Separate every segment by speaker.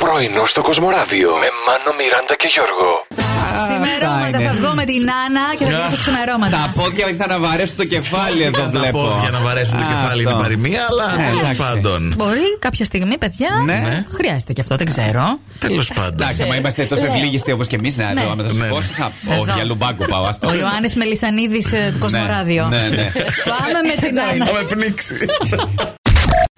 Speaker 1: Πρωινό στο Κοσμοράδιο με Μάνο, Μιράντα και Γιώργο.
Speaker 2: Ξημερώματα θα βγω με την Άννα και θα βγω σε
Speaker 3: Τα
Speaker 2: ξημερώματα.
Speaker 3: πόδια θα να βαρέσουν το κεφάλι εδώ
Speaker 4: τα
Speaker 3: βλέπω.
Speaker 4: πόδια να βαρέσουν το
Speaker 3: Α,
Speaker 4: κεφάλι
Speaker 3: αυτό.
Speaker 4: είναι παροιμία, αλλά
Speaker 3: Ε,
Speaker 4: τέλος
Speaker 3: εντάξει.
Speaker 4: πάντων.
Speaker 2: Μπορεί κάποια στιγμή, παιδιά.
Speaker 3: Ναι.
Speaker 2: Χρειάζεται και αυτό, δεν ξέρω.
Speaker 4: Τέλος πάντων.
Speaker 3: Εντάξει, άμα είμαστε τόσο
Speaker 2: Λέω.
Speaker 3: ευλίγιστοι όπως και εμείς, να
Speaker 2: Ε. Ναι.
Speaker 3: εδώ με το
Speaker 4: Ναι, ναι.
Speaker 3: σηκώσω. θα-
Speaker 2: Εδώ.
Speaker 3: Όχι, για λουμπάκου πάω. άστο.
Speaker 2: Ο Ιωάννης Μελισανίδης ε, του Κοσμοράδιο.
Speaker 3: Ναι, ναι.
Speaker 2: Πάμε με την Άννα.
Speaker 4: Θα με πνίξει.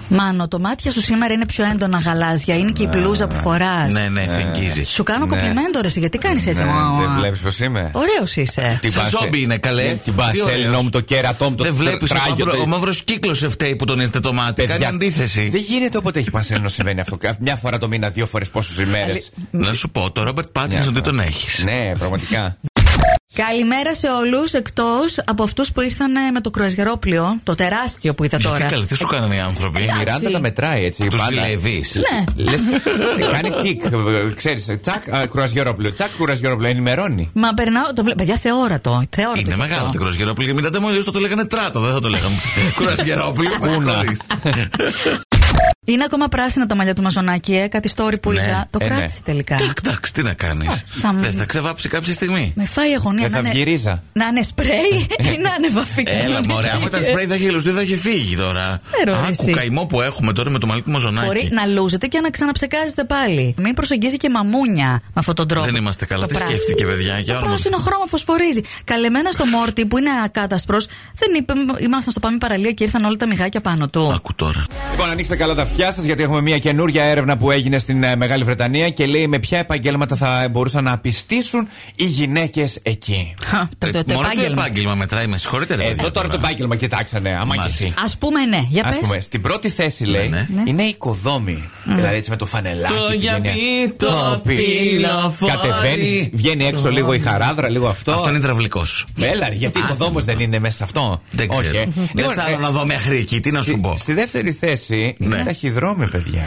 Speaker 2: Μάνο, το μάτια σου σήμερα είναι πιο έντονα γαλάζια. Είναι και η μπλούζα που φοράς.
Speaker 4: Ναι,
Speaker 3: Ε,
Speaker 4: ναι, φεγγίζει.
Speaker 2: Σου κάνω
Speaker 3: Ναι.
Speaker 2: κοπλιμέντο ρε, εσύ, γιατί κάνεις έτσι.
Speaker 3: Ναι,
Speaker 2: μωα,
Speaker 3: Δεν
Speaker 2: μωα.
Speaker 3: βλέπεις πώς είμαι.
Speaker 2: Ωραίος είσαι.
Speaker 3: Την
Speaker 4: Σαν
Speaker 3: μπασε-
Speaker 4: ζόμπι είναι, καλέ.
Speaker 3: Ναι, Την
Speaker 4: Τι ωραίος.
Speaker 3: πασέλινο μου το κέρατό μου το
Speaker 4: Δεν βλέπει.
Speaker 3: τράγιο, το-
Speaker 4: Ο μαύρος κύκλος φταίει που τον είστε το μάτι. Κάνει
Speaker 3: Παιδιά, Δεν
Speaker 4: αντίθεση.
Speaker 3: γίνεται όποτε έχει πασέλινο συμβαίνει αυτό. Μια φορά το μήνα, δύο φορές πόσες ημέρες.
Speaker 4: Να σου πω, το Ρόμπερτ Πάτινσον
Speaker 3: Ναι.
Speaker 4: δεν τον έχεις.
Speaker 3: Ναι, πραγματικά.
Speaker 2: Καλημέρα σε όλους, εκτός από αυτούς που ήρθαν ε, με το κρουαζιερόπλιο, το τεράστιο που είδα
Speaker 4: Γιατί
Speaker 2: τώρα.
Speaker 4: καλέ, τι σου κάνανε οι άνθρωποι.
Speaker 3: Η Μιράντα τα μετράει έτσι.
Speaker 4: Τους
Speaker 3: πάντα. Ναι.
Speaker 4: ζηλεύει.
Speaker 3: Λες, ε, κάνει τικ. Ξέρεις, τσακ, κουρασγερόπλαιο. Τσακ, κουρασγερόπλαιο. Ενημερώνει.
Speaker 2: Μα περνάω, το βλέπω. Παιδιά, θεόρατο. θεόρατο
Speaker 4: Είναι
Speaker 2: και
Speaker 4: μεγάλο το
Speaker 2: αυτό.
Speaker 4: κουρασγερόπλη. Μην τα μόλι το το λέγανε τράτα, δεν θα το λέγαμε. Κουρασγερόπλη.
Speaker 3: Σκούνα. Ναι.
Speaker 2: Είναι ακόμα πράσινα τα μαλλιά του Μαζονάκη, ε, κάτι story που
Speaker 4: Ναι,
Speaker 2: είδα. Το
Speaker 3: ε, ναι.
Speaker 2: κράτησε τελικά.
Speaker 4: Εντάξει, τι να κάνεις.
Speaker 2: θα μ-
Speaker 4: Δεν θα ξεβάψει κάποια στιγμή.
Speaker 2: Με φάει η αγωνία
Speaker 4: Ε,
Speaker 3: Δεν
Speaker 2: να
Speaker 3: θα βγει
Speaker 2: είναι,
Speaker 3: ρίζα.
Speaker 2: να είναι σπρέι ή να είναι βαφή.
Speaker 4: Έλα, μωρέ, άμα ήταν σπρέι θα είχε λουστεί, θα είχε φύγει τώρα.
Speaker 2: Ξέρω, ρε,
Speaker 4: Άκου
Speaker 2: εσύ.
Speaker 4: καημό που έχουμε τώρα με το μαλλί του Μαζονάκη.
Speaker 2: Μπορεί να λούζετε και να ξαναψεκάζετε πάλι. Μην προσεγγίζει και μαμούνια με αυτόν τον τρόπο.
Speaker 4: Δεν είμαστε καλά.
Speaker 2: Το
Speaker 4: Τι
Speaker 2: πράσινο.
Speaker 4: σκέφτηκε, παιδιά, για
Speaker 2: Το
Speaker 4: όνομα.
Speaker 2: πράσινο χρώμα φωσφορίζει. Καλεμένα στο Μόρτι που είναι ακάτασπρο, δεν είπε. Ήμασταν στο Πάμε Παραλία και ήρθαν όλα τα μιγάκια πάνω του.
Speaker 4: Άκου τώρα.
Speaker 3: Λοιπόν, ανοίξτε καλά τα αυτιά σας, γιατί έχουμε μια καινούρια έρευνα που έγινε στην ε, Μεγάλη Βρετανία και λέει με ποια επαγγέλματα θα μπορούσαν να απιστήσουν οι γυναίκες εκεί.
Speaker 2: Χα, Το, το, το
Speaker 4: Μόνο το
Speaker 2: επάγγελμα.
Speaker 4: Ε, επάγγελμα μετράει, με συγχωρείτε. ρε,
Speaker 3: Ε, Εδώ
Speaker 4: παιδιά,
Speaker 3: τώρα το επάγγελμα κοιτάξανε, άμα και
Speaker 4: Ναι, Μάλιστα.
Speaker 3: εσύ.
Speaker 2: Ας πούμε, ναι, για
Speaker 3: Ας
Speaker 2: πες.
Speaker 3: πούμε, στην πρώτη θέση λέει
Speaker 4: ναι.
Speaker 2: Ναι.
Speaker 3: είναι η οικοδόμη. Δηλαδή έτσι με το φανελάκι.
Speaker 4: Το
Speaker 3: που βγαίνει-
Speaker 4: γιαπί, το
Speaker 3: πι-
Speaker 4: πυλοφόρι.
Speaker 3: Κατεβαίνεις, βγαίνει έξω λίγο η χαράδρα, λίγο αυτό.
Speaker 4: Αυτό είναι υδραυλικός.
Speaker 3: Έλα, ρε, γιατί οικοδόμος δεν είναι μέσα σε αυτό.
Speaker 4: Δεν
Speaker 3: Όχι,
Speaker 4: ξέρω.
Speaker 3: ε.
Speaker 4: Δεν
Speaker 3: Λοιπόν,
Speaker 4: θέλω
Speaker 3: ε,
Speaker 4: να δω μέχρι εκεί, τι να σου
Speaker 3: στη-
Speaker 4: πω.
Speaker 3: Στη δεύτερη θέση είναι
Speaker 4: Ναι.
Speaker 3: ταχυδρόμοι, παιδιά.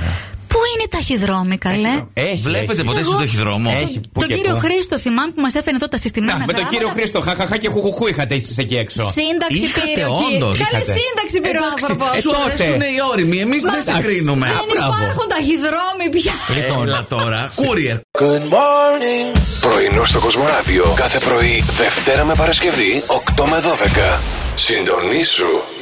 Speaker 2: Πού είναι τα χιδρόμοι, καλέ.
Speaker 3: Έχει.
Speaker 4: Ε, Βλέπετε
Speaker 3: έχει.
Speaker 4: ποτέ
Speaker 2: Εγώ-
Speaker 4: στο ταχυδρόμο.
Speaker 3: Έχει. που
Speaker 2: Τον
Speaker 3: Ε, και
Speaker 2: κύριο
Speaker 3: που.
Speaker 2: Χρήστο, θυμάμαι που μας έφερε εδώ τα συστημένα.
Speaker 3: Να, με τον
Speaker 2: γράμματα.
Speaker 3: κύριο Χρήστο, χαχαχά και χουχουχού είχατε εσείς εκεί έξω.
Speaker 2: Σύνταξη
Speaker 4: Είχατε,
Speaker 2: πήρε. ο κύριο-
Speaker 4: όντως,
Speaker 2: Καλέ,
Speaker 3: είχατε.
Speaker 2: σύνταξη πήρε ο
Speaker 3: Εντάξει,
Speaker 2: άνθρωπο.
Speaker 3: ε,
Speaker 4: Σου
Speaker 3: τότε.
Speaker 4: αρέσουν οι όριμοι, εμείς δεν σε
Speaker 3: εντάξει.
Speaker 4: κρίνουμε.
Speaker 3: Ε,
Speaker 2: Δεν
Speaker 3: μπράβο.
Speaker 2: υπάρχουν τα χιδρόμοι πια.
Speaker 4: Έλα τώρα, κούριερ.
Speaker 1: Πρωινό στο Κοσμοράδιο κάθε πρωί, Δευτέρα με Παρασκευή, 8 με 12. Συντονίσου